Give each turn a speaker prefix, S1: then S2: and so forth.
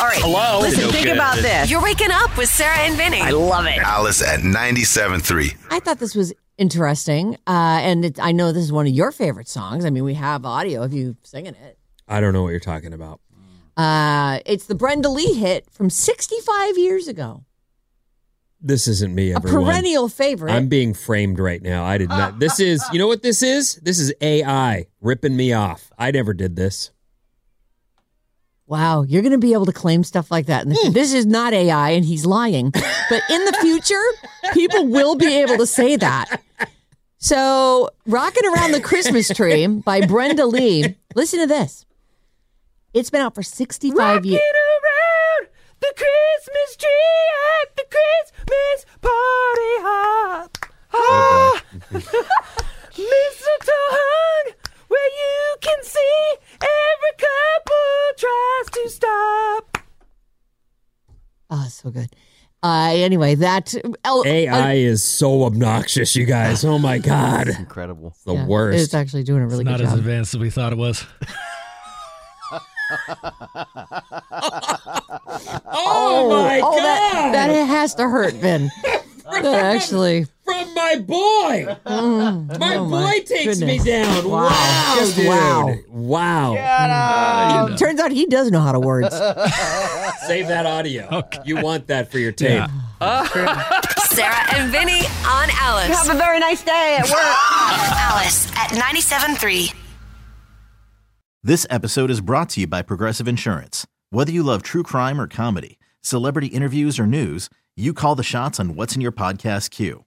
S1: All right.
S2: Hello?
S1: Listen,
S2: No
S1: think
S2: kidding.
S1: about this.
S3: You're waking up with Sarah and Vinny.
S1: I love it.
S4: Alice at 97.3.
S5: I thought this was interesting, uh, and it, I know this is one of your favorite songs. I mean, we have audio of you singing it.
S2: I don't know what you're talking about.
S5: Uh, it's the Brenda Lee hit from 65 years ago,
S2: This isn't me,
S5: a
S2: everyone.
S5: perennial favorite.
S2: I'm being framed right now. I did not. This is, you know what this is? This is AI ripping me off. I never did this.
S5: wow, you're going to be able to claim stuff like that. in
S2: Hmm.
S5: the- This is not AI, and he's lying. But in the future, people will be able to say that. So, Rocking Around the Christmas Tree by Brenda Lee. Listen to this. It's been out for 65 years.
S6: around the Christmas tree at the Christmas party hop.
S2: Oh,
S6: hop. Mistletoe hung where you can see every couple tries to stop.
S5: Oh, so good. Uh, anyway, that oh, El-
S2: AI is so obnoxious, you guys. Oh my God. It's
S7: Incredible.
S2: the
S5: yeah,
S2: worst.
S5: It's actually doing a really
S8: Not
S5: good
S8: as
S5: job.
S8: advanced as we thought it was.
S2: oh,
S5: oh,
S2: my God.
S5: that, that has to hurt, Vin. that actually,
S2: From my boy.
S5: mm,
S2: My
S5: oh
S2: boy
S5: my
S2: takes
S5: goodness.
S2: me down. Wow.
S5: Wow. Just
S2: dude.
S5: wow.
S2: Wow.
S5: Oh, Turns out he does know how to words.
S2: Save that audio. You want that for your tape.
S3: Sarah and Vinny on Alice.
S1: Have a very nice day at work.
S3: Alice at 97.3.
S9: This episode is brought to you by Progressive Insurance. Whether you love true crime or comedy, celebrity interviews or news, you call the shots on what's in your podcast queue.